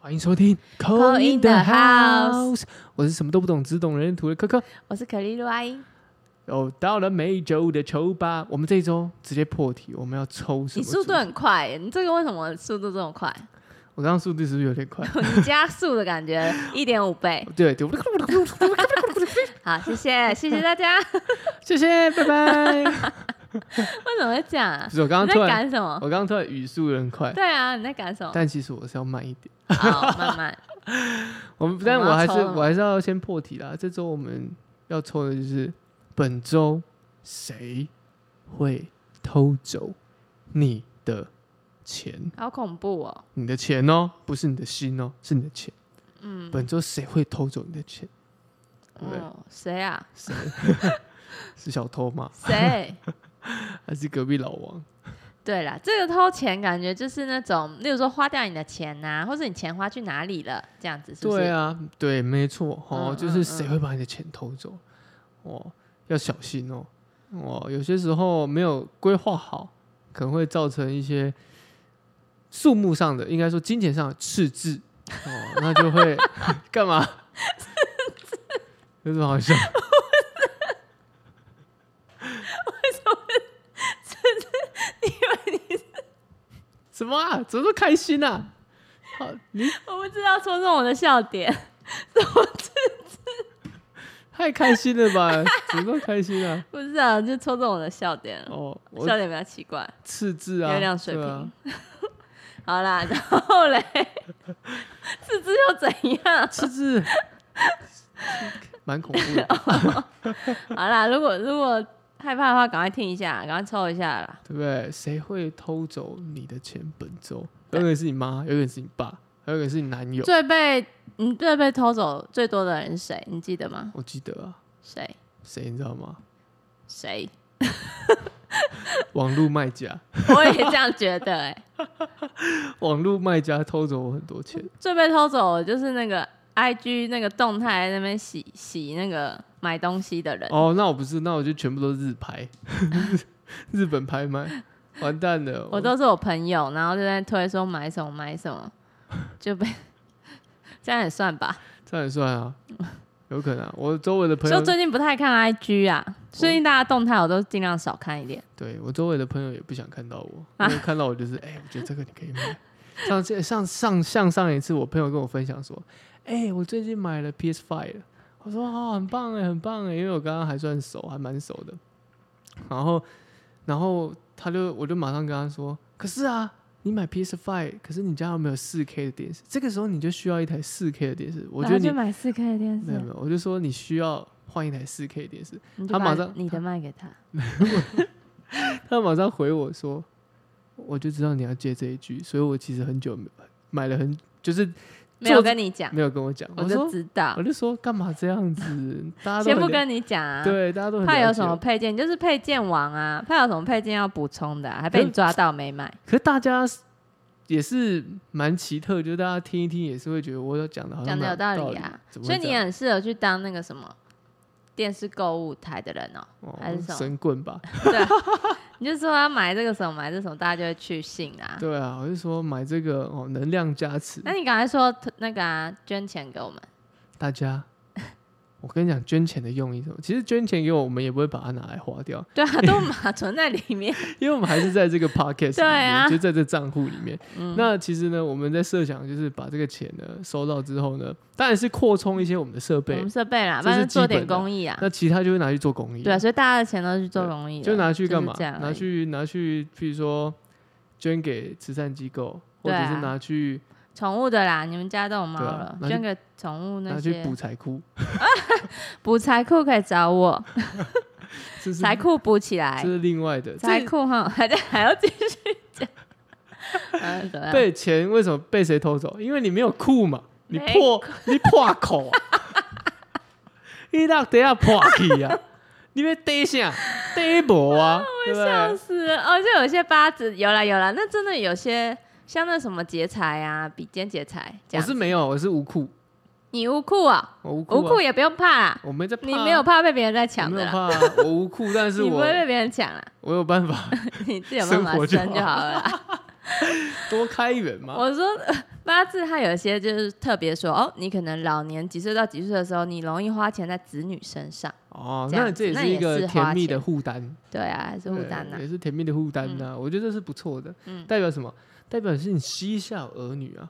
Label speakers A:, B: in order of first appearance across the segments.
A: 欢迎收听《Call
B: in
A: in the
B: the
A: House》，我是什么都不懂，只懂人类图的科科。
B: 我是可丽露阿姨。
A: 哦，到了每周五的球吧，我们这一周直接破题，我们要抽什
B: 你
A: 么？
B: 速度很快耶，你这个为什么速度这么快？
A: 我刚刚速度是不是有点快？
B: 你加速的感觉一点五倍。
A: 对对，
B: 好，谢谢，谢谢大家。 为
A: 谢谢，拜拜。
B: 什么会这样啊
A: 不？是我刚
B: 你
A: 刚突
B: 在
A: 然，
B: 赶什么？
A: 我刚刚突然语速有点快，
B: 对啊，你在 赶什么？
A: 但其实我是要慢一点。
B: 好，慢慢。
A: 我们，但
B: 我
A: 我
B: 们要
A: 还是
B: 抽了吗
A: 我还是要先破题啦。这周我们要抽的就是本周谁会偷走你的钱？
B: 好恐怖哦！
A: 你的钱哦，不是你的心哦，是你的钱。
B: 嗯，
A: 本周谁会偷走你的钱？对不对？
B: 哦，谁啊？
A: 谁？是小偷吗？
B: 谁？
A: 还是隔壁老王？
B: 对啦，这个偷钱感觉就是那种，例如说花掉你的钱呐、或者你钱花去哪里了，这样子是不是？
A: 对啊，对，没错，哦，
B: 嗯
A: 就是
B: 嗯
A: 谁
B: 嗯
A: 会把你的钱偷走？哦，要小心哦，哦，有些时候没有规划好，可能会造成一些数目上的，应该说金钱上的赤字，哦，那就 会干嘛？有什么好笑？ 什么啊？怎么说开心啊？好，你
B: 我不知道戳中我的笑点。
A: 太开心了吧？ 怎么说开心啊？
B: 不是啊，就戳中我的笑点了。
A: 哦，我
B: 笑点比较奇怪。
A: 赤字啊，
B: 月亮水
A: 对
B: 瓶
A: 啊、
B: 好啦， 然后嘞，四肢又怎样？
A: 赤字， 蛮恐怖的，
B: 好啦，如果如果害怕的话，赶快听一下，赶快抽一下啦。
A: 对不对？谁会偷走你的钱？本周有可能是你妈，有可能是你爸，还有可能是你男友。
B: 最被你最被偷走最多的人是谁？你记得吗？
A: 我记得啊，
B: 谁？
A: 谁你知道吗？
B: 谁？
A: 网络卖家，
B: 我也这样觉得哎、
A: 网络卖家偷走我很多钱。
B: 最被偷走的就是那个 I G 那个动态那边洗洗那个买东西的人，
A: 哦，那我不是，那我就全部都是日拍， 日本拍卖，完蛋了。
B: 我都是我朋友，然后就在推说买什么买什么，就被 这样也算吧。
A: 这样也算啊，有可能、啊。我周围的朋
B: 所以
A: 友
B: 我，最近不太看 IG 啊，最近大家动态我都尽量少看一点。
A: 对我周围的朋友也不想看到我，
B: 啊
A: 因为看到我就是，哎、我觉得这个你可以买。上次上上上上一次，我朋友跟我分享说，哎、我最近买了 PS Five 我说哦，很棒哎，很棒哎，因为我刚刚还算熟，还蛮熟的。然后，然后他就我就马上跟他说，可是啊，你买 PS Five，可是你家有没有四 K 的电视？这个时候你就需要一台四 K 的电视。我觉得
B: 然
A: 你
B: 后就买四 K 的电
A: 没有没
B: 视，
A: 有，我就说你需要换一台四 K 的电视。
B: 你
A: 他
B: 就
A: 马
B: 把
A: 上
B: 你的卖给他。
A: 他马上回我说：“我就知道你要接这一句，所以我其实很久没买了很，就是
B: 没有跟你讲，
A: 没有跟我讲。”
B: 我
A: 嗯我说
B: 就知：“道
A: 我，就说干嘛这样子？大家都
B: 先
A: 很
B: 不
A: 了
B: 跟你讲啊。
A: 对，大家都很
B: 怕
A: 了
B: 有
A: 解
B: 什么
A: 我？
B: 配件，你就是配件王啊！怕有什么配件要补充的啊、还被你抓到没买。
A: 可是大家也是蛮奇特，就是大家听一听也是会觉得我有讲的好像
B: 讲得有
A: 蛮有
B: 道
A: 理
B: 理啊
A: 怎么
B: 所
A: 会
B: 以你
A: 这样
B: 很适合去当那个什么电视购物台的人哦、
A: 哦
B: 还是什么
A: 神棍 吧？
B: 你就说要买这个什么买这什么，大家就会去信啊。
A: 对啊，我就说买这个哦，能量加持，
B: 那你赶快说那个啊，捐钱给我们。
A: 大 家。”我跟你讲，捐钱的用意是什么？其实捐钱给我，我们也不会把它拿来花掉，
B: 对啊， 都码存在里面。
A: 因为我们还是在这个 podcast 里
B: 对
A: 面，
B: 啊
A: 就在这账户里面。
B: 嗯
A: 那其实呢，我们在设想就是把这个钱呢收到之后呢，当然是扩充一些我们的设
B: 我
A: 备
B: 们，设备啦，
A: 这
B: 不然
A: 是
B: 就做
A: 基本
B: 点
A: 的
B: 公益啊。
A: 那其他就会拿去做公益，
B: 对啊，所以大家的钱都是做公益的，
A: 嗯就拿去干嘛
B: 就是这？样而已
A: 拿去拿去，譬如说捐给慈善机构，或者
B: 对啊
A: 是拿去、
B: 宠物的啦。你们家都有猫
A: 对啊
B: 了，
A: 拿去
B: 捐给宠物那
A: 拿去
B: 些
A: 补财库，
B: 补财库可以 找我，
A: 这是
B: 财库补起来
A: 这，是另外的。
B: 财
A: 这
B: 库哈， 还在还要继续 讲，嗯，怎么样？
A: 被钱为什么被谁偷走？因为你没有库嘛，你
B: 没
A: 破你破口、 啊，你那等下破去啊，你要逮下逮无啊，对不
B: 笑
A: 对？
B: 死了！哦，就有些八字有啦有啦，那真的有些像那什么劫财啊，比肩劫财这
A: 我
B: 样
A: 是。没有，我是无库，
B: 你无库啊，
A: 我无库、啊，
B: 无库也不用怕啦，
A: 我没在怕啊、
B: 你没有怕被别人在
A: 我
B: 抢
A: 没
B: 的
A: 有
B: 啦，
A: 怕啊、 我无库，但是
B: 你不
A: 我
B: 会被别人抢啦。啊
A: 我有办法，
B: 你自己有办法
A: 生活
B: 生
A: 就
B: 就好了啦。
A: 多开源嘛。
B: 我说 呃八字它有一些就是特别说哦，你可能老年几岁到几岁的时候，你容易花钱在子女身上。
A: 哦，
B: 这样
A: 那这也
B: 子
A: 是
B: 那
A: 一
B: 也
A: 个
B: 是
A: 甜
B: 花
A: 蜜
B: 钱
A: 的负担，
B: 对啊，还是负
A: 对
B: 担呐。
A: 也是甜蜜的负担呐。我觉得这是不错的，
B: 嗯
A: 代表什么？代表是你膝下儿女啊。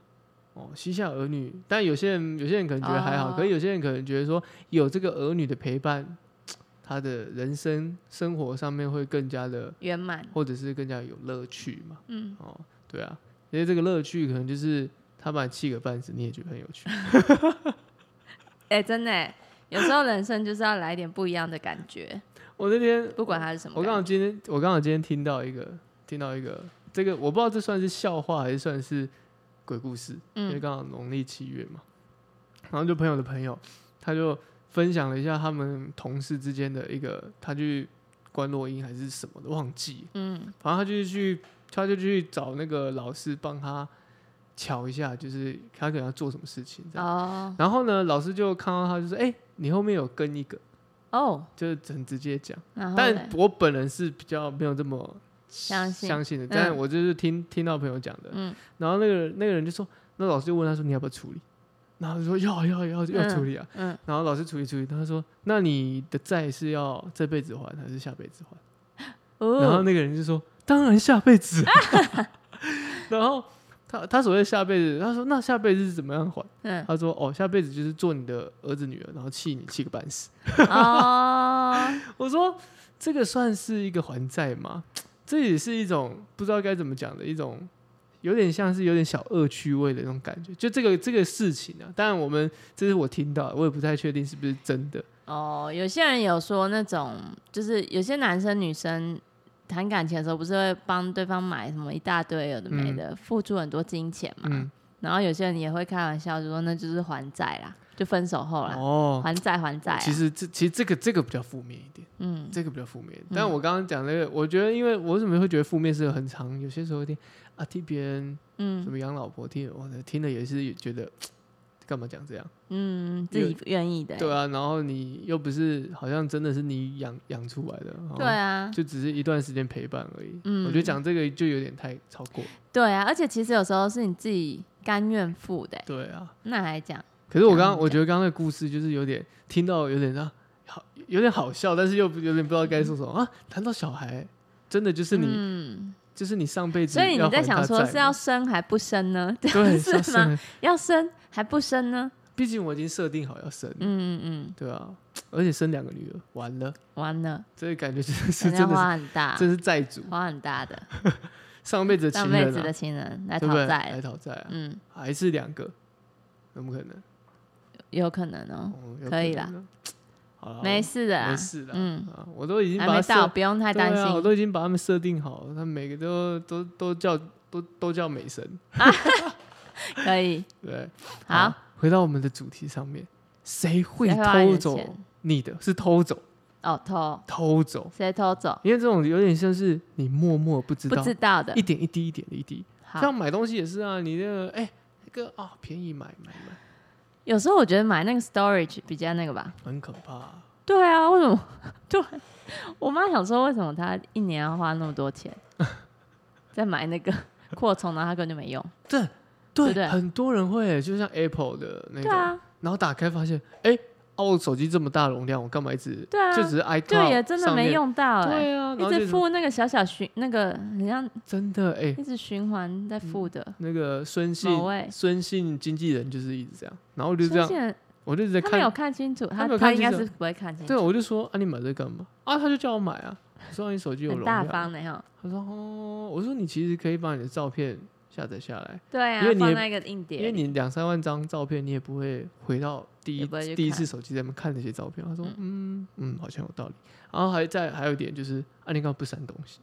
A: 哦，膝下儿女，但有些人有些人可能觉得还好，
B: 哦
A: 可是有些人可能觉得说有这个儿女的陪伴，他的人生生活上面会更加的，
B: 圆满。
A: 或者是更加有乐趣嘛。
B: 嗯，
A: 哦，对啊，因为这个乐趣可能就是他把你气个半死，你也觉得很有趣。
B: 哎、真的欸，有时候人生就是要来一点不一样的感觉，
A: 我那 天
B: 不管它是什么
A: 我
B: 感
A: 刚好
B: 觉。
A: 今天，我刚好今天听到一个，听到一个，这个我不知道这算是笑话还是算是鬼故事，因为
B: 嗯
A: 刚好农历七月嘛。然后就朋友的朋友，他就分享了一下他们同事之间的一个，他去观落音还是什么的，忘记。
B: 嗯
A: 反正他就是去，他就去找那个老师帮他瞧一下，就是他可能要做什么事情这样。
B: 哦
A: 然后呢，老师就看到他就说：“哎、你后面有跟一个。”
B: 哦，
A: 就是很直接讲。
B: 然后
A: 但
B: 嘞
A: 我本人是比较没有这么
B: 哦相信
A: 相信的，但
B: 嗯
A: 我就是听听到朋友讲的。
B: 嗯
A: 然后那个那个人就说，那老师就问他说你要不要处理？然后他就说要要要要处理啊。
B: 嗯，
A: 然后老师处理处理，他说那你的债是要这辈子还还是下辈子还？然后
B: 哦
A: 那个人就说当然下辈子啊。 然后他他所谓下辈子，他说那下辈子是怎么样还？
B: 嗯
A: 他说哦下辈子就是做你的儿子女儿，然后气你气个半死。
B: 哦，
A: 我说这个算是一个还债吗？这也是一种不知道该怎么讲的一种，有点像是有点小恶趣味的那种感觉。就这个这个事情啊，当然我们这是我听到的，我也不太确定是不是真的。
B: 哦，有些人有说那种，就是有些男生女生谈感情的时候，不是会帮对方买什么一大堆有的没的，付出很多金钱嘛。
A: 嗯，
B: 然后有些人也会开玩笑就说那就是还债啦，就分手后啦，
A: 哦，
B: 还债还债啊。
A: 其实这其实这个这个比较负面一点，
B: 嗯，
A: 这个比较负面。但我刚刚讲那个，我觉得因为我为什么会觉得负面是很长，有些时候有点啊替别人什
B: 嗯
A: 么养老婆替我听了也是觉得干嘛讲这样。
B: 嗯，自己愿意的欸、
A: 对啊，然后你又不是好像真的是你养养出来的，哦
B: 对，啊，
A: 就只是一段时间陪伴而已。
B: 嗯
A: 我觉得讲这个就有点太超过。
B: 对啊，而且其实有时候是你自己甘愿付的欸、
A: 对啊，
B: 那还讲
A: 可是我
B: 这
A: 刚
B: 样
A: 刚我觉得刚刚那个故事就是有点听到有点让好有点好笑，但是又不有点不知道该说什么啊。谈到小孩，真的就是你、
B: 嗯，
A: 就是你上辈子
B: 所
A: 要
B: 以
A: 还他债吗，
B: 你在想说是要生还不生呢？
A: 对
B: 是
A: 要
B: 吗
A: 生？
B: 要生还不生呢？
A: 毕竟我已经设定好要生，
B: 嗯嗯嗯，
A: 对啊，而且生两个女儿，完了，
B: 完了，
A: 这个感觉真的是
B: 人家
A: 真的
B: 花很大
A: 是，真是债主，
B: 花很大的，
A: 上辈子的
B: 上
A: 情
B: 辈
A: 人
B: 子
A: 啊
B: 的，情人来
A: 对
B: 讨
A: 不对？
B: 债了
A: 来。讨债啊。
B: 嗯，
A: 还是两个，怎么可能？
B: 有可能哦，
A: 哦有
B: 可以
A: 能
B: 啦
A: 的。好了，
B: 没事的
A: 我
B: 啦
A: 哦没，事的。
B: 嗯
A: 啊，我都已经
B: 还
A: 把它
B: 没
A: 设
B: 到，不用太担
A: 对啊，我
B: 心。
A: 都已经把他们设定好了，他们每个都都都叫都都叫美神。
B: 可以，
A: 对，
B: 好，，
A: 回到我们的主题上面，谁会
B: 谁会花你
A: 偷
B: 的
A: 走
B: 钱
A: 你的？是偷走，
B: 哦，偷
A: 偷走，
B: 谁偷走？
A: 因为这种有点像是你默默不知
B: 不
A: 道，
B: 知道的
A: 一。点一滴一点一滴。
B: 好
A: 像，买东西也是啊，你那个哎，那个啊，便宜买买买，
B: 有时候我觉得买那个 storage 比较那个 吧。
A: 很可怕啊。
B: 对啊，为什 么？对，我妈想说为什么她一年要花那么多 钱在买那个扩充，然后她根本就没用。
A: 对
B: 对不对
A: 很多人会，就像 Apple 的那
B: 对
A: 个，
B: 啊，
A: 然后打开发现，哎、哦，我手机这么大容量，我干嘛一直？
B: 对啊
A: 就只是 iCloud，
B: 对也真的
A: 上面
B: 没。用到哎、
A: 对啊，然
B: 一
A: 后就
B: 直
A: 是
B: 付那个小小循那个，很像
A: 真的哎、
B: 一直循环在付的。
A: 那个孙
B: 某
A: 姓
B: 位
A: 孙姓经纪人就是一直这样，然后我就这
B: 孙
A: 样，
B: 兴慜
A: 我就一直在
B: 他没有
A: 看，
B: 看清楚，
A: 他
B: 他
A: 没有
B: 他
A: 看
B: 应
A: 清
B: 该
A: 楚
B: 是不会看清
A: 对，
B: 楚，
A: 我就说啊，你买这干嘛？啊，他就叫我买啊，我说、啊、你手机有容
B: 很大
A: 量，
B: 方的哈。
A: 他说哦，我说你其实可以把你的照片下载下来，
B: 对啊
A: 因为，你
B: 放
A: 也
B: 在一个硬碟
A: 因
B: 里，
A: 为你两三万张照片，你也不会回到第一
B: 也不会去看
A: 第一次手机在那边看那些照片。他说，嗯嗯，好像有道理。然后还在还有一点就是，啊，你干嘛不删东西？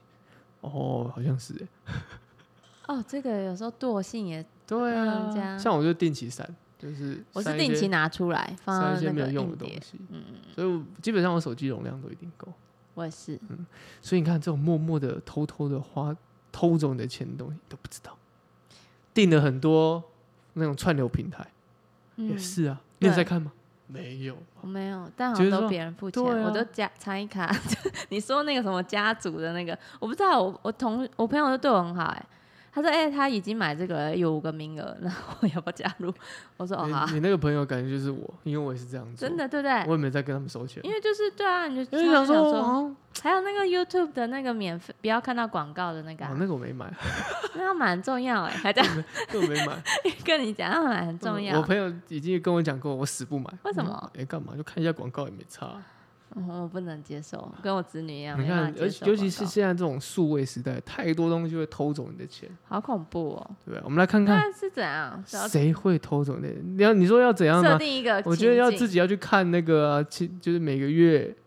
A: 哦，好像是耶，
B: 哦，这个有时候惰性也，
A: 对
B: 嗯这
A: 啊，
B: 样
A: 像我就定期删，就是
B: 我是
A: 删一些
B: 定期拿出来放
A: 删一
B: 到
A: 些
B: 那
A: 没有
B: 个
A: 用
B: 硬
A: 的东
B: 碟，嗯
A: 西，所以我基本上我手机容量都一定够。
B: 我也是，
A: 嗯所以你看，这种默默的、偷偷的花、偷走你的钱的东西你都不知道，订了很多那种串流平台也
B: 嗯，
A: 是啊，你有在
B: 对
A: 看吗？没有。啊
B: 我没有，但好
A: 就
B: 像
A: 是说
B: 都别人付钱，
A: 对啊
B: 我都加参一卡。 你说那个什么家族的那个，我不知道，我我同我朋友都对我很好哎、他说：“哎、他已经买这个了，有五个名额，然后我要不要加入？”我说：“哦，好啊
A: 哎你，你那个朋友感觉就是我，因为我也是这样做，
B: 真，的，对不对
A: 我也没在跟他们收钱？”，
B: 因为就是对啊，你就
A: 因为
B: 他
A: 想
B: 就想
A: 说，
B: 说，
A: 哦，
B: 还有那个 YouTube 的那个免费，不要看到广告的那个、
A: 哦
B: 啊，
A: 那个我没买，
B: 那要买很重要哎、还这样
A: 那个我没买，
B: 跟你讲，要买很重
A: 嗯
B: 要。
A: 我朋友已经跟我讲过，我死不买。
B: 为什么？
A: 哎、干嘛？就看一下广告也没差。啊
B: 嗯我不能接受，跟我子女一样，
A: 你
B: 没办
A: 看
B: 法，接
A: 尤
B: 受
A: 其尤其是
B: 广告
A: 现在这种数位时代，太多东西会偷走你的钱，
B: 好恐怖哦。
A: 对不对？我们来看看
B: 那是怎样？ 是要啊
A: 谁会偷走你的。你要你说要怎样
B: 设
A: 呢？
B: 定一个情境？
A: 我觉得要自己要去看那个、啊，其就是每个月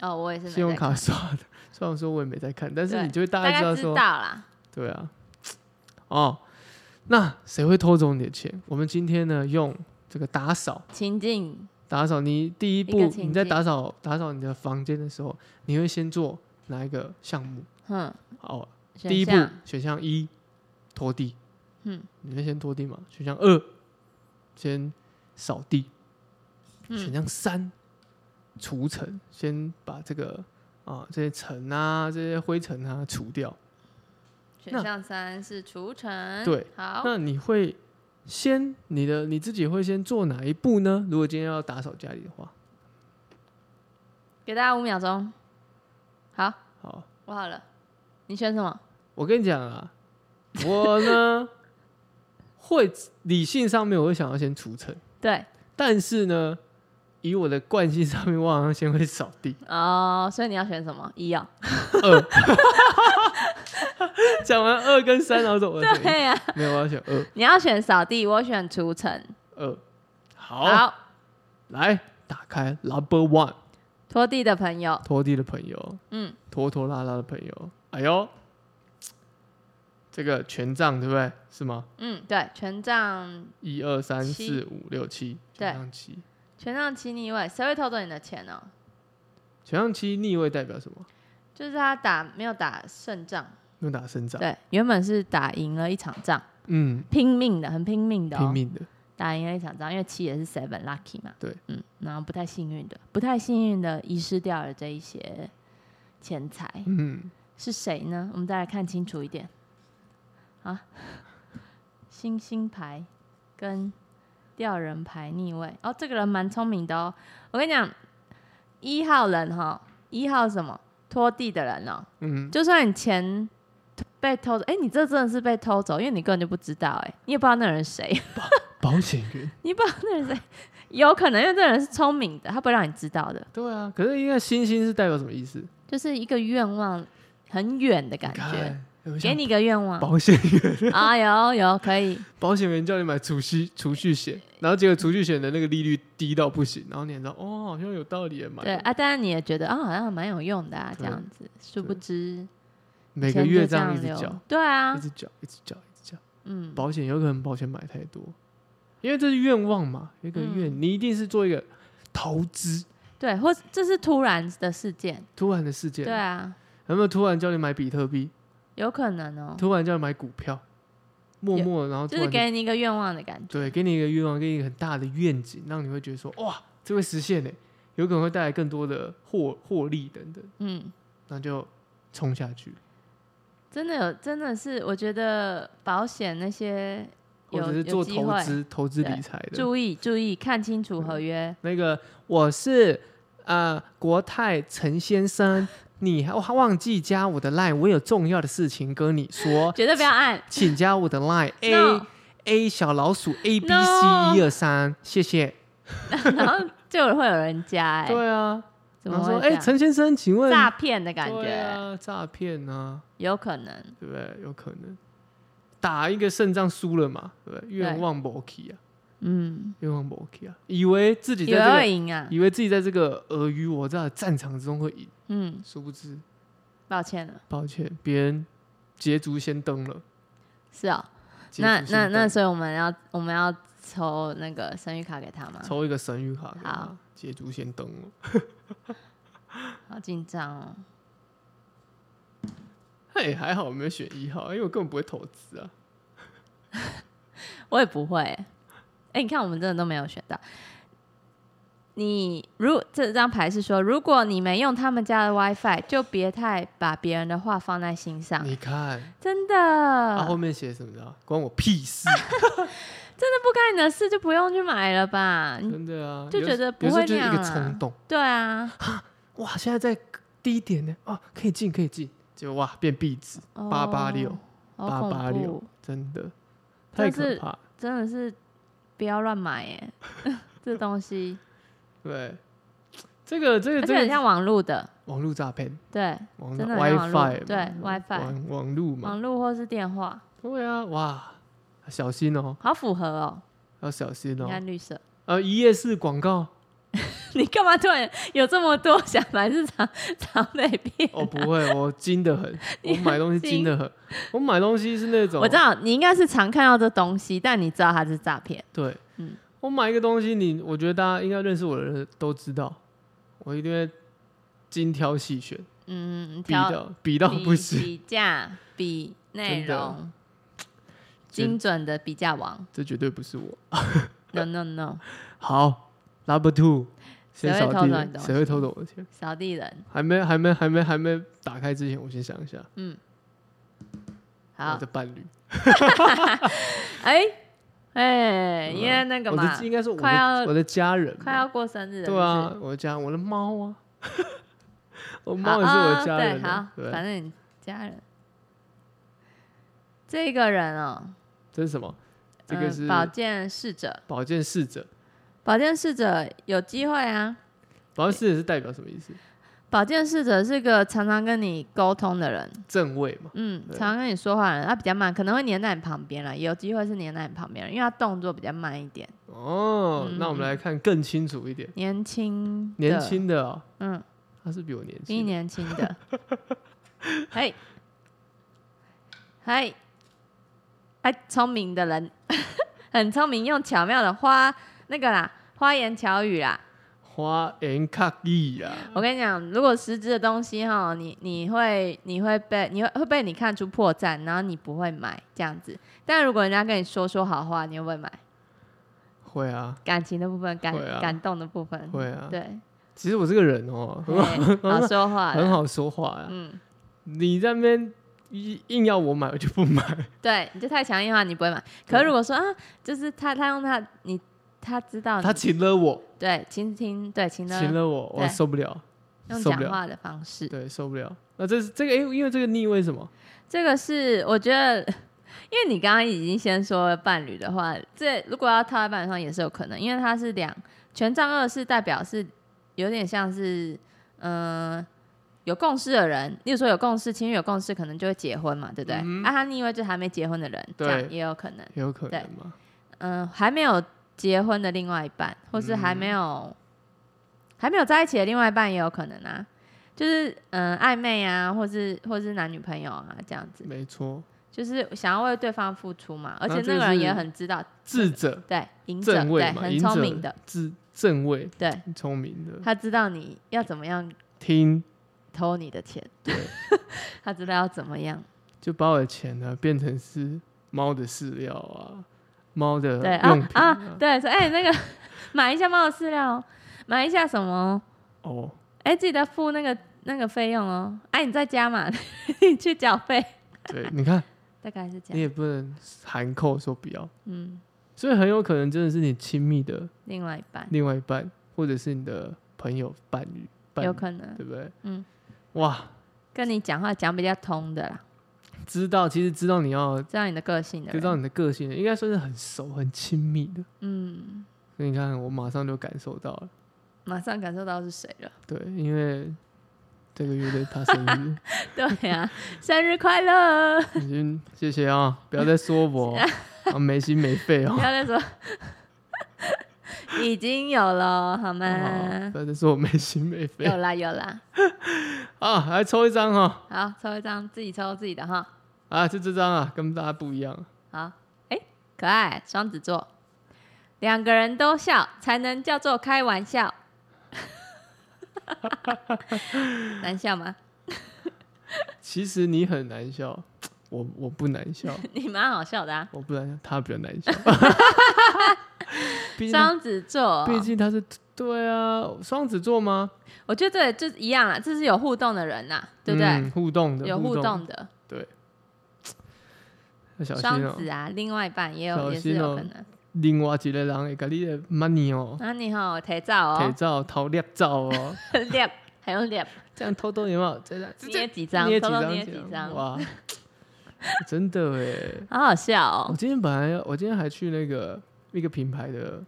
B: 哦，我也是没
A: 信用
B: 在
A: 卡刷的。 虽然说我也没在看，但是
B: 对
A: 你就会大
B: 大
A: 概知
B: 概
A: 道
B: 知道
A: 说，
B: 啦。
A: 对啊，哦，那谁会偷走你的钱？我们今天呢，用这个打扫
B: 情境
A: 打扫，你第一
B: 个
A: 步
B: 情
A: 你在
B: 境
A: 打扫打扫你的房间的时候，你会先做哪一个项目？
B: 哼，
A: 哦，
B: 选
A: 第一步
B: 项
A: 选项一拖地，
B: 嗯，
A: 你会先拖地嘛？选项二先扫地，
B: 嗯
A: 选项三除尘，先把这个啊这些尘啊这些灰尘啊除掉。那
B: 选项三是除尘，
A: 对，
B: 好，
A: 那你会先你的你自己会先做哪一步呢？如果今天要打扫家里的话，
B: 给大家五秒钟。好，
A: 好，
B: 我好了，你选什么？
A: 我跟你讲啊， 我呢会理性上面我会想要先除尘，
B: 对，
A: 但是呢，以我的惯性上面，我好像先会扫地。
B: 哦，所以你要选什么？一哦，
A: 二， 讲完二跟三，然后说我要选
B: 对呀、
A: 一，没有，我要选呃二
B: 你要选扫地，我选除尘。
A: 二。好，
B: 好，
A: 来打开 Number One
B: 拖地的朋友，
A: 拖地的朋友，
B: 嗯，
A: 拖拖拉拉的朋友，哎呦，这个权杖对不对？是吗？
B: 嗯，对，权杖，
A: 一二三
B: 七
A: 四五六七，
B: 对
A: 权杖七，
B: 权杖七逆位，谁会偷走你的钱哦呢、
A: 权杖七逆位代表什么？
B: 就是他打没有打胜仗，
A: 用打胜仗，
B: 对，原本是打赢了一场仗，
A: 嗯，
B: 拼命的，很拼命的、哦，
A: 拼命的，
B: 打赢了一场仗，因为七也是 seven lucky 嘛。
A: 对，
B: 嗯，然后不太幸运的，不太幸运的遗失掉了这一些钱财，
A: 嗯，
B: 是谁呢？我们再来看清楚一点。啊， 星星牌跟吊人牌逆位。哦，这个人蛮聪明的哦。我跟你讲，一号人哈、一号什么拖地的人哦，
A: 嗯，
B: 就算你钱被偷走，哎，你这真的是被偷走，因为你根本就不知道，哎，你也不知道那人是谁。
A: 保险员，
B: 你不知道那人谁，有可能因为这人是聪明的，他不会让你知道的，
A: 对啊，可是应该星星是代表什么意思？
B: 就是一个愿望很远的感
A: 你
B: 觉。
A: 看有没有
B: 给
A: 像
B: 你一个愿望
A: 保险员，
B: 啊，有有可以，
A: 保险员叫你买储蓄储蓄险，然后结果储蓄险的那个利率低到不行，然后你才知道哦，好像有道理也买了。
B: 对啊，当然你也觉得啊，好像蛮有用的啊，这
A: 对
B: 样子，殊不知
A: 每个
B: 钱就
A: 月
B: 这
A: 这样一直
B: 流
A: 缴，，
B: 对
A: 一
B: 啊，
A: 直缴，一直缴，一直缴。
B: 嗯，
A: 保险有可能保险买太多，因为这是愿望嘛，有一个愿，
B: 嗯
A: 你一定是做一个投资。
B: 对，或这是突然的事件，
A: 突然的事件，
B: 对啊，
A: 有没有突然叫你买比特币？
B: 有可能哦，
A: 突然叫你买股票？默默地，然后突
B: 就是
A: 然
B: 给你一个愿望的感觉，
A: 对，给你一个愿望，给你一个很大的愿景，让你会觉得说，哇，这会实现呢，欸有可能会带来更多的获获利等等，
B: 嗯，
A: 那就冲下去，
B: 真的有，真的是，我觉得保险那些
A: 或
B: 有
A: 者是
B: 有
A: 做
B: 机
A: 投
B: 会。
A: 资、嗯投资
B: 对
A: 理财的。
B: 注意注意，看清楚合约。，
A: 那个我是呃国泰陈先生，你还忘记加我的 line，我有重要的事情跟你说
B: 绝对不要 按。
A: 请加我的 line A、
B: No
A: A 小老鼠 A B C
B: No
A: 一二三，谢谢。
B: 然后就会有人加、哎，
A: 对啊，
B: 怎
A: 然
B: 么
A: 后
B: 会
A: 说
B: 这
A: 哎，
B: 样？
A: 陈先生，请问
B: 诈骗的感
A: 对
B: 觉、
A: 啊，诈骗啊。
B: 有可能。
A: 对不对？有可能打一个胜仗输了嘛，对不对？愿望 b o k 啊，
B: 嗯，
A: 愿望 b o k 啊，以为自己
B: 以为
A: 在这
B: 会
A: 个，
B: 赢啊。
A: 以为自己在这个尔虞我诈的战场之中会赢，
B: 嗯，
A: 殊不知，
B: 抱歉了，
A: 抱歉，别人捷足先登了。
B: 是哦。
A: 捷
B: 那
A: 足
B: 那
A: 先登
B: 那，所以我们要我们要抽那个生育卡给他吗？
A: 抽一个神谕卡给他
B: 好，
A: 捷足先登了。
B: 好紧张哦。
A: 嘿，还好我没有选一号，因为我根本不会投资啊。
B: 我也不会、哎、你看我们真的都没有选到。你如这张牌是说，如果你没用他们家的 WiFi，就别太把别人的话放在心上，
A: 你看，
B: 真的。
A: 啊，嗯后面写什么的，关我屁事，
B: 啊不干你的事就不用去买了吧？你
A: 真的啊，
B: 就
A: 有
B: 觉
A: 时
B: 得不
A: 有时候
B: 会
A: 就是
B: 那
A: 一个
B: 样啦
A: 冲动，
B: 对啊，
A: 哇，现在在低点呢，啊，可以进可以进，结果哇变壁纸，
B: 哦
A: 八八六，
B: 好
A: 八
B: 恐
A: 八六
B: 怖
A: 真的太
B: 但
A: 可
B: 是
A: 怕了，
B: 真的是不要乱 买耶，这东西，
A: 对，这个这
B: 而
A: 个
B: 且很
A: 这个
B: 像网络的，
A: 网络诈骗，
B: 对，
A: 网
B: 真的很像网络
A: WiFi 嘛
B: 对
A: 网
B: WiFi
A: 网网路嘛，
B: 网络或是电话，
A: 对啊，哇，小心哦，
B: 好符合哦。
A: 要小心
B: 你
A: 哦，
B: 看绿色，
A: 呃，一夜式广告，
B: 你干嘛突然有这么多想买是长长美片？
A: 哦，不 会，我精得很，我买东西精得很，我买东西是那种，
B: 我知道你应该是常看到这东西，但你知道它是诈骗。
A: 对，
B: 嗯
A: 我买一个东西，你我觉得大家应该认识我的人都知道，我一定会精挑细选，
B: 嗯，
A: 比
B: 挑
A: 到比到
B: 比
A: 不行，
B: 比价、比内
A: 真的
B: 容，
A: 这
B: 精准的比价王。
A: 这绝对不是我。
B: No No No，
A: 好，Number Two，
B: 谁
A: 先
B: 会
A: 扫
B: 偷
A: 地
B: 走
A: 了
B: 你东
A: 谁会
B: 西
A: 偷走我的钱？
B: 扫地人。
A: 还没还没还没还没打开之前，我先想一下，我
B: 好
A: 的，伴侣，
B: 哎哎，因为那个
A: 我
B: 嘛
A: 的，应该是我
B: 快
A: 的
B: 要
A: 我的家人嘛，
B: 快要过生日了，
A: 对
B: 是
A: 啊，我的家人我的猫啊， 我
B: 不是，
A: 猫也是
B: 好
A: 我
B: 啊
A: 的家人
B: 对，好
A: 啊，，
B: 反正你家人。这个人哦，
A: 这是什么？这个
B: 嗯
A: 是
B: 保健侍者，
A: 保健侍者，
B: 保健侍者有机会啊。
A: 保健侍者是代表什么意思？
B: 保健侍者是个常常跟你沟通的人，
A: 正位嘛，
B: 嗯，
A: 对
B: 常常跟你说话的人，他比较慢，可能会黏在你旁边了，有机会是黏在你旁边了，因为他动作比较慢一点，
A: 哦，
B: 嗯
A: 那我们来看更清楚一点，
B: 年轻，
A: 年，轻的、哦，
B: 嗯，
A: 他是比我年
B: 比你
A: 轻，
B: 年轻 的，嘿，嘿，哎，聪明的人， 很聪明，用巧妙的花那个啦，花言巧语啦。
A: 花言巧语啊，
B: 我跟你讲，如果实质的东西哈，你你会你会被你会会被你看出破绽，然后你不会买这样子。但如果人家跟你说说好话，你会不会买？
A: 会啊，
B: 感情的部分，感、
A: 会啊
B: 感动的部分，
A: 会啊。
B: 嗯对，
A: 其实我这个人哦，很好
B: 嘿好说话
A: 很
B: 的，
A: 好说话啊，
B: 嗯，
A: 你在那边硬硬要我买，我就不买。
B: 对，你就太强硬的话，你不会买。可是如果说啊，就是他他用他你他知道
A: 他
B: 你
A: 请了我，
B: 对倾听对倾
A: 请
B: 听
A: 了我，我
B: 对
A: 受不了，
B: 用
A: 受不
B: 讲
A: 了，
B: 话的方式，
A: 对，受不了。那这是这个，哎，因为这个逆为什么？
B: 这个是我觉得，因为你刚刚已经先说了伴侣的话，这如果要套在伴侣上也是有可能，因为它是两权杖二是代表是有点像是嗯、呃有共识的人，例如说有共识，情侣有共识，可能就会结婚嘛，对不对？
A: 嗯
B: 啊，他逆位就是还没结婚的人，
A: 对
B: 这样也有可能，
A: 有可
B: 对
A: 能嘛？
B: 嗯、还没有结婚的另外一半，或是还
A: 嗯
B: 没有、还没有在一起的另外一半也有可能啊。就是嗯、呃暧昧啊，或是或是男女朋友啊这样子，
A: 没错，
B: 就是想要为对方付出嘛，而且
A: 那这
B: 那个人
A: 是
B: 也很知道，
A: 智者
B: 对，赢者，
A: 正位
B: 对，
A: 嘛，
B: 很
A: 赢
B: 聪
A: 者嗯
B: 明的，
A: 智正位，
B: 对，
A: 聪明的，
B: 他知道你要怎么样
A: 听
B: 偷你的钱， 他知道要怎么样，
A: 就把我的钱呢变成是猫的饲料啊，猫的
B: 对
A: 用
B: 啊
A: 品
B: 啊，对，说哎、那个买一下猫的饲料，买一下什么，
A: 哦，
B: 哎、记得付那个那个费用哦，哎、你在家嘛， 你去缴费，
A: 对，你看
B: 大概是这
A: 你也
B: 样，
A: 不能含扣说不要，
B: 嗯，
A: 所以很有可能真的是你亲密的
B: 另外一半
A: 另外一半，或者是你的朋友、伴侣、伴
B: 有
A: 侣，
B: 可能
A: 对不对？
B: 嗯，
A: 哇，
B: 跟你讲话讲比较通的啦，
A: 知道其实知道你要
B: 知道你的个性的
A: 知道
B: 人，
A: 你的个性的，应该算是很熟、很亲密的。
B: 嗯，
A: 所以你看，我马上就感受到了，
B: 马上感受到是谁了。
A: 对，因为这个月的他生日。
B: 对呀、生日快乐！
A: 已经谢谢啊，不要再说 我啊没心没肺哦
B: 不，要再说， 已经有了，好
A: 啊
B: 吗？
A: 不要再说我没心没肺
B: 有啦有啦，
A: 啊！来抽一张哈，
B: 好，抽一张自己抽自己的哈。
A: 啊，就这张啊，跟大家不一样，
B: 好，哎，可爱，双子座，两个人都笑才能叫做开 玩笑，难笑吗？
A: 其实你很难笑，我我不难 笑，
B: 你蛮好笑的啊，
A: 我不难笑，他比较难笑，毕竟他
B: 双子座
A: 毕竟他是对啊，双子座吗？
B: 我觉得这就是一样啊，这是有互动的人呐、啊对不对？
A: 嗯互动的，
B: 有
A: 互
B: 互，动的
A: 要小
B: 双
A: 心哦、
B: 子啊，另外一半也有，
A: 小
B: 也是
A: 心
B: 有
A: 哦
B: 可能。
A: 另外一个人会甲你的 money 哦、
B: 那啊你好，提照
A: 喔，提
B: 哦，
A: 照偷猎照哦，
B: 捏还用捏，
A: 这样偷偷有没有？这样 这
B: 捏几张，
A: 捏
B: 偷偷捏
A: 几
B: 几
A: 张，
B: 张，
A: 哇， 真的哎、
B: 好好笑
A: 我
B: 哦。
A: 今天本来要我今天还去那个一个品牌的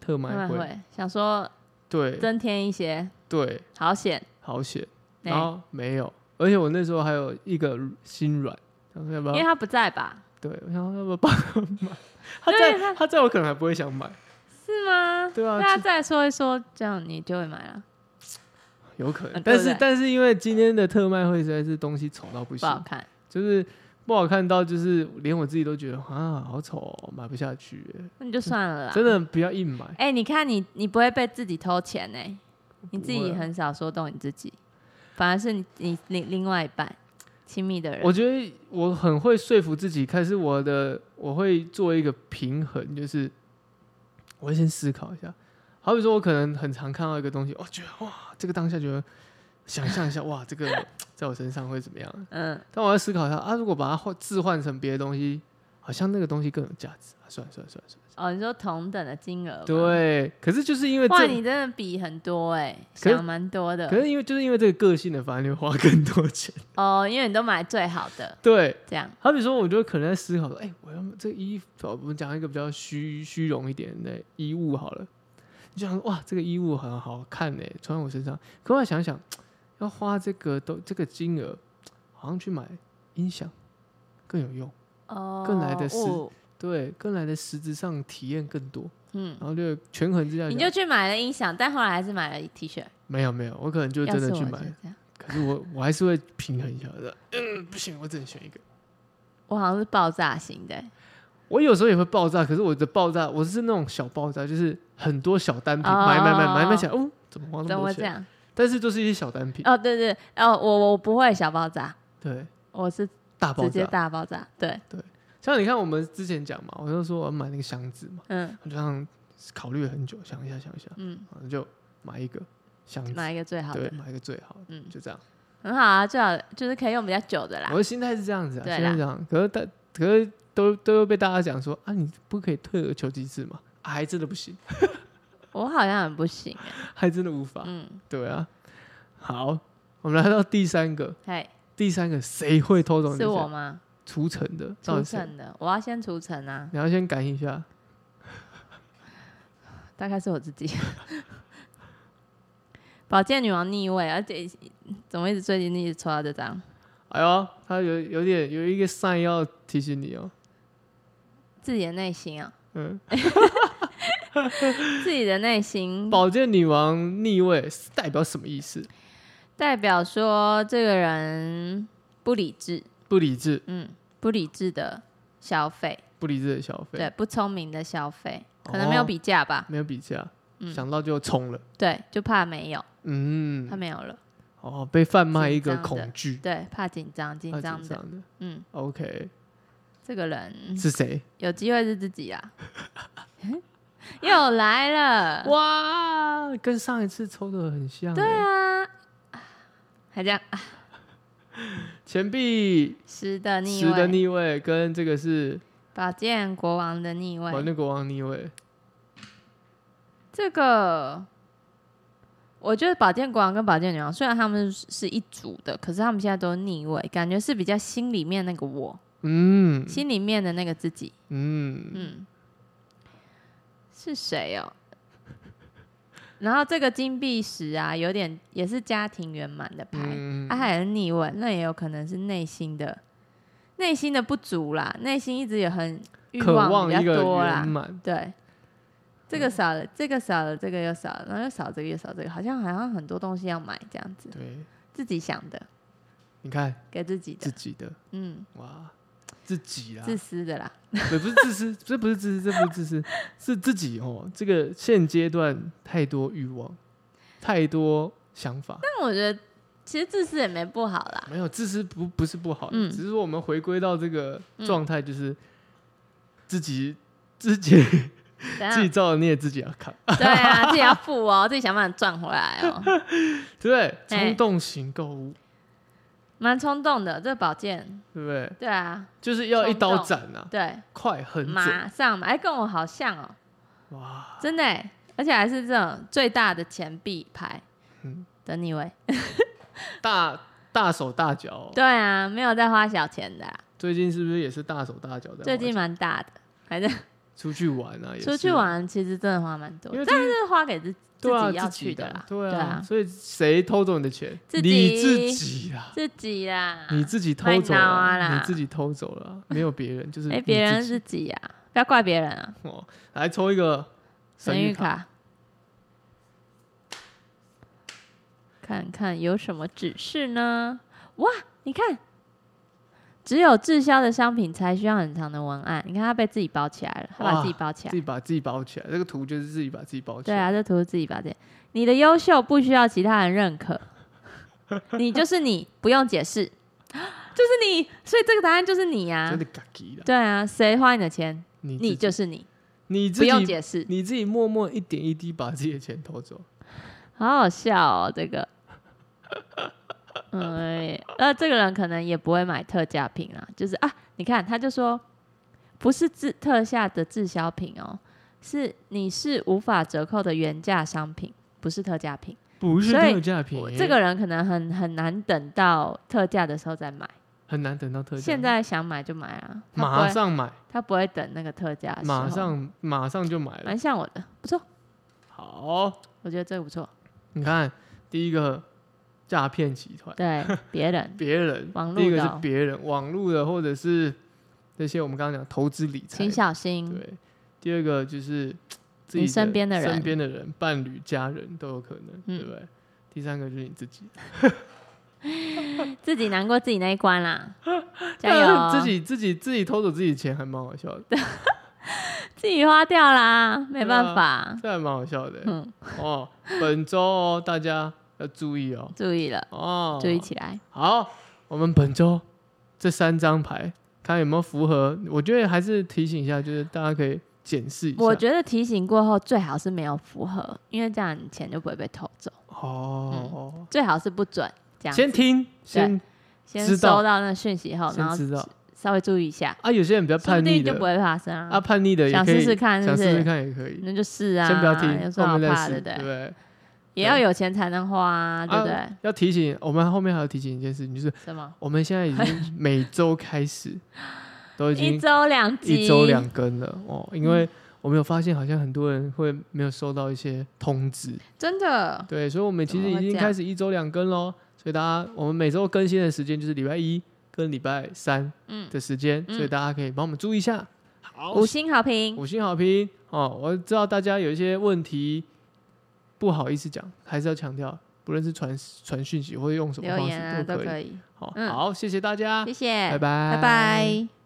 A: 特卖
B: 慢
A: 会，
B: 会想说
A: 对
B: 增添一些
A: 对，
B: 好险，
A: 好险，
B: 哎
A: 然后没有，而且我那时候还有一个心软，想说要不
B: 因
A: 要
B: 为他不在吧？
A: 对，我想说要不要帮他买？ 他
B: 啊
A: 在他在我可能还不会想买，
B: 是吗？
A: 对啊，
B: 大家
A: 这
B: 再说一说，这样你就会买了，
A: 有可能。
B: 嗯对
A: 但
B: 不
A: 是
B: 对
A: 但是因为今天的特卖会实在是东西丑到不
B: 不好
A: 行，
B: 看。
A: 就是不好看到就是连我自己都觉得啊好丑哦，买不下去耶，
B: 那你就算了啦。
A: 真的不要硬买。
B: 哎、你看你，你不会被自己偷钱呢、欸你自
A: 不会
B: 己
A: 啊
B: 很少说动你自己，反而是你你你另外一半亲密的人，
A: 我觉得我很会说服自己，开始我的我会做一个平衡，就是我会先思考一下。好比说，我可能很常看到一个东西，我觉得哇，这个当下觉得想象一下，哇，这个在我身上会怎么样？
B: 嗯，
A: 但我要思考一下啊，如果把它换置换成别的东西，好像那个东西更有价值。啊、算了算了算了算了，
B: 哦，你说同等的金额，，
A: 对。可是就是因为
B: 哇，
A: 这，
B: 你真的比很多哎、
A: 可是
B: 想蛮多
A: 可
B: 的
A: 是因为就是因为这个个性的，反而你会花更多钱。
B: 哦，因为你都买最好的，
A: 对，
B: 这样，
A: 好比说，我就可能在思考说，哎、我要这个衣服，我们讲一个比较虚虚荣一点的衣物好了。你就想哇，这个衣物很好看呢、穿在我身上。可我想想，要花这个都这个金额，好像去买音响更有用，
B: 哦，
A: 更来得实
B: 哦
A: 对，更来的实质上体验更多。
B: 嗯，
A: 然后就权衡之下想，
B: 你就去买了音响，但后来还是买了 T 恤，
A: 没有没有，我可能就
B: 要
A: 真
B: 是
A: 的
B: 我
A: 去
B: 就
A: 买，
B: 这样，
A: 可是我我还是会平衡一下的。嗯，不行，我只能选一个。
B: 我好像是爆炸型的、欸
A: 我有时候也会爆炸，可是我的爆炸，我是那种小爆炸，就是很多小单品，买买买买买起来，哦，怎么花那么
B: 哦怎么
A: 多
B: 会这
A: 钱？
B: 样？
A: 但是都是一些小单品，
B: 哦，对对，哦，我我不会小爆炸，
A: 对，
B: 我是
A: 大爆
B: 直接
A: 炸。
B: 大爆炸，对，
A: 像你看我们之前讲嘛，我就说我要买那个箱子嘛，
B: 嗯
A: 我就让考虑了很久，想一下想一下，
B: 嗯，
A: 然后就买一个箱子，
B: 买一个最好
A: 嗯对，
B: 的，
A: 买一个最好的，
B: 嗯，
A: 就这样。
B: 很好啊，最好就是可以用比较久的啦
A: 我。的心态是这样子啊，
B: 对
A: 现在
B: 啦
A: 这样，可是大可是都都会被大家讲说啊，你不可以退而求其次嘛，啊还真的不行，
B: 我好像很不行欸，
A: 还真的无法，
B: 嗯，
A: 对啊。好，我们来到第三个，
B: 嘿，
A: 第三个谁会偷走你
B: 是
A: 的
B: 我
A: 钱？
B: 吗？
A: 除尘的，到
B: 除
A: 底谁？
B: 尘的，我要先除尘啊，
A: 你要先赶一下，
B: 大概是我自己。 宝剑女王逆位，而且怎么一直最近一直抽到这张？
A: 哎呦，他有有点有一个 sign 要提醒你哦，
B: 自己的内心啊，
A: 嗯，
B: 自己的内心
A: 宝剑女王逆位是代表什么意思？
B: 代表说这个人不理智，
A: 不理智，
B: 嗯，不理智的消费，
A: 不理智的消费，
B: 对，不聪明的消费，可能没有
A: 哦
B: 比价吧，
A: 没有比价，
B: 嗯
A: 想到就冲了，
B: 对，就怕没有，
A: 嗯
B: 他，没有了，
A: 哦，被贩卖一个
B: 紧张的
A: 恐惧，
B: 对，怕紧张，紧
A: 啊
B: 张
A: 紧
B: 的，
A: 张的
B: 嗯，
A: ，OK，
B: 这个人
A: 是谁？
B: 有机会是自己啊， 又来了，
A: 哇，跟上一次抽的很像欸。
B: 呃对啊，还这样啊
A: 欸钱币
B: 十的逆
A: 十的
B: 位，
A: 逆位跟这个是
B: 宝剑国王的逆
A: 玩
B: 位，
A: 那国王逆位，
B: 这个。我觉得宝剑国王跟宝剑女王虽然他们是是一组的，可是他们现在都逆位，感觉是比较心里面那个我，
A: 嗯
B: 心里面的那个自己。
A: 嗯，
B: 嗯，是谁哦？ 然后这个金币石啊，有点也是家庭圆满的牌，
A: 嗯
B: 啊，还是逆位，那也有可能是内心的内心的不足啦，内心一直也很嗯欲
A: 渴望
B: 比较
A: 一个
B: 多
A: 圆
B: 啦，
A: 满，
B: 对。
A: 嗯
B: 这个少了，这个少了，这个又少了，然后又少这个又少这个，好像好像很多东西要买这样子，
A: 对，
B: 自己想的，
A: 你看
B: 给自己
A: 自啊
B: 的，
A: 己的
B: 嗯，
A: 哇，自己啦，
B: 自私的啦，
A: 对，不是自私， 这不是自私，这不是自 私，是自己哦。这个现阶段太多欲望，太多想法，
B: 但我觉得其实自私也没不好啦，
A: 没有自私不不是不好的，
B: 嗯
A: 只是说我 们回归到这个状态，就是自己自己
B: 怎
A: 自己
B: 样？
A: 造的孽自己要扛，
B: 对啊，自己要付哦，自己想办法赚回来哦，
A: 对不对？
B: 哎
A: 冲动型购物，
B: 蛮冲动的这保健，
A: 对不对？
B: 对啊，
A: 就是要一刀
B: 冲动
A: 斩啊，
B: 对，
A: 快很准，
B: 马上买，哎，跟我好像哦，
A: 哇！
B: 真的欸，而且还是这种最大的钱币牌
A: 嗯，
B: 等你喂，
A: 大大手大脚哦、
B: 对啊，没有在花小钱的啊，
A: 最近是不是也是大手大脚的？
B: 最近蛮大的，还是
A: 出去玩啊，也是
B: 出去，玩，其实真的花蛮多
A: 因，为
B: 但
A: 这是
B: 是花给自己
A: 对啊
B: 自己要
A: 自己
B: 去的
A: 的
B: 啦，
A: 对
B: 对
A: 啊，
B: 啊，
A: 所以谁偷走你的钱？
B: 自
A: 你自
B: 己
A: 己啊，
B: 自己啦，
A: 你自己偷走
B: 卖
A: 了、
B: 脑啊啦
A: 你自己偷走了啊、没有别人，就是
B: 哎，
A: 你
B: 别人
A: 自己
B: 自己呀、不要怪别人啊。
A: 哦。来抽一个
B: 神
A: 谕
B: 谕
A: 卡，
B: 卡，看看有什么指示呢？哇，你看，只有滞销的商品才需要很长的文案。你看，它被自己包起来了，它
A: 哇
B: 把自己包起
A: 自己
B: 来。
A: 把自己包起来。这个图就是自己把自己包起
B: 对
A: 来。
B: 啊，这图是自己包起来。你的优秀不需要其他人认 可，你就是你，不用解释，就是你。所以这个答案就是你呀、
A: 真
B: 啊
A: 的。嘎叽了，
B: 对啊，谁花你的钱，
A: 你自己
B: 你就是你，
A: 你
B: 不
A: 自
B: 用
A: 己，
B: 解释。
A: 你自己默默一点一滴把自己的钱偷走，
B: 好好笑哦，这个。嗯，呃，这个人可能也不会买特价品啦，就是啊，你看他就说不是滞特价的滞销品哦，是你是无法折扣的原价商品，不是特价品。
A: 不是
B: 所以
A: 特价品
B: 我，这个人可能很很难等到特价的时候再买，
A: 很难等到特价。
B: 现在想买就买啊，哦他不
A: 马
B: 会
A: 上买，
B: 他不会等那个特价的时候
A: 马，上马上就买了。
B: 蛮像我的，不错，
A: 好，
B: 我觉得这个 不错，
A: 你看第一个诈骗集团，
B: 对别 人
A: 别人，
B: 网
A: 第一
B: 络
A: 个
B: 的
A: 是
B: 哦，
A: 别人网络的，或者是这些我们刚刚讲投资理财
B: 请
A: 的，
B: 小心，
A: 对。第二个就是自己
B: 你身边的人
A: 身边的人、伴侣、家人都有可能，
B: 嗯
A: 对不对？第三个就是你自己，
B: 自己难过自己那一 关啦，加油
A: 但
B: 哦！
A: 是 自己自己自己偷走自己的钱，还蛮好笑的，
B: 自己花掉啦，没
A: 啊
B: 办法。
A: 这还蛮好笑的。
B: 嗯，
A: 哦，本周哦，大家要注意哦，
B: 注意了，
A: 哦，
B: 注意起来。
A: 好，我们本周这三张牌，看有没有符合。我觉得还是提醒一下，就是大家可以检视一下。
B: 我觉得提醒过后最好是没有符合，因为这样你钱就不会被偷走。
A: 哦，
B: 最好是不准这样子，
A: 先听，先
B: 先
A: 知道
B: 收到那讯息后，然
A: 先
B: 后
A: 知道
B: 稍微注意一下，
A: 啊。有些人比较
B: 说不
A: 叛逆
B: 定就不
A: 的，
B: 会发生啊。
A: 啊，叛逆的也
B: 想
A: 可以
B: 试试看是
A: 想
B: 不是
A: 试试看也可以。
B: 那就是啊，
A: 先不要
B: 有
A: 听，
B: 什么
A: 后
B: 好
A: 面
B: 怕
A: 再试，
B: 的？对
A: 对
B: 不
A: 不
B: 对，
A: 对？
B: 也要有钱才能花啊，对不对？
A: 要提醒我们后面还要提醒一件事情，就是
B: 什么？
A: 我们现在已 经每周开始都已
B: 一
A: 经
B: 周两集，
A: 一周两更了哦，因为
B: 嗯
A: 我们有发现好像很多人会没有收到一些通知，
B: 真的
A: 对，所以我们其
B: 怎
A: 实
B: 么
A: 已
B: 会
A: 经
B: 这样
A: 开始一周两更喽。所以大家，我们每周更新的时间就是礼拜一跟礼拜三
B: 嗯
A: 的时间，
B: 嗯
A: 所以大家可以帮我们注意一下。好
B: 五星好评，
A: 五星好评哦！我知道大家有一些问题不好意思讲，还是要强调，不论是传传讯息或者用什么
B: 留
A: 方
B: 言啊
A: 式
B: 都
A: 可以。
B: 可以，
A: 好，
B: 嗯
A: 好，谢谢大家
B: 谢，谢，
A: 拜拜，
B: 拜拜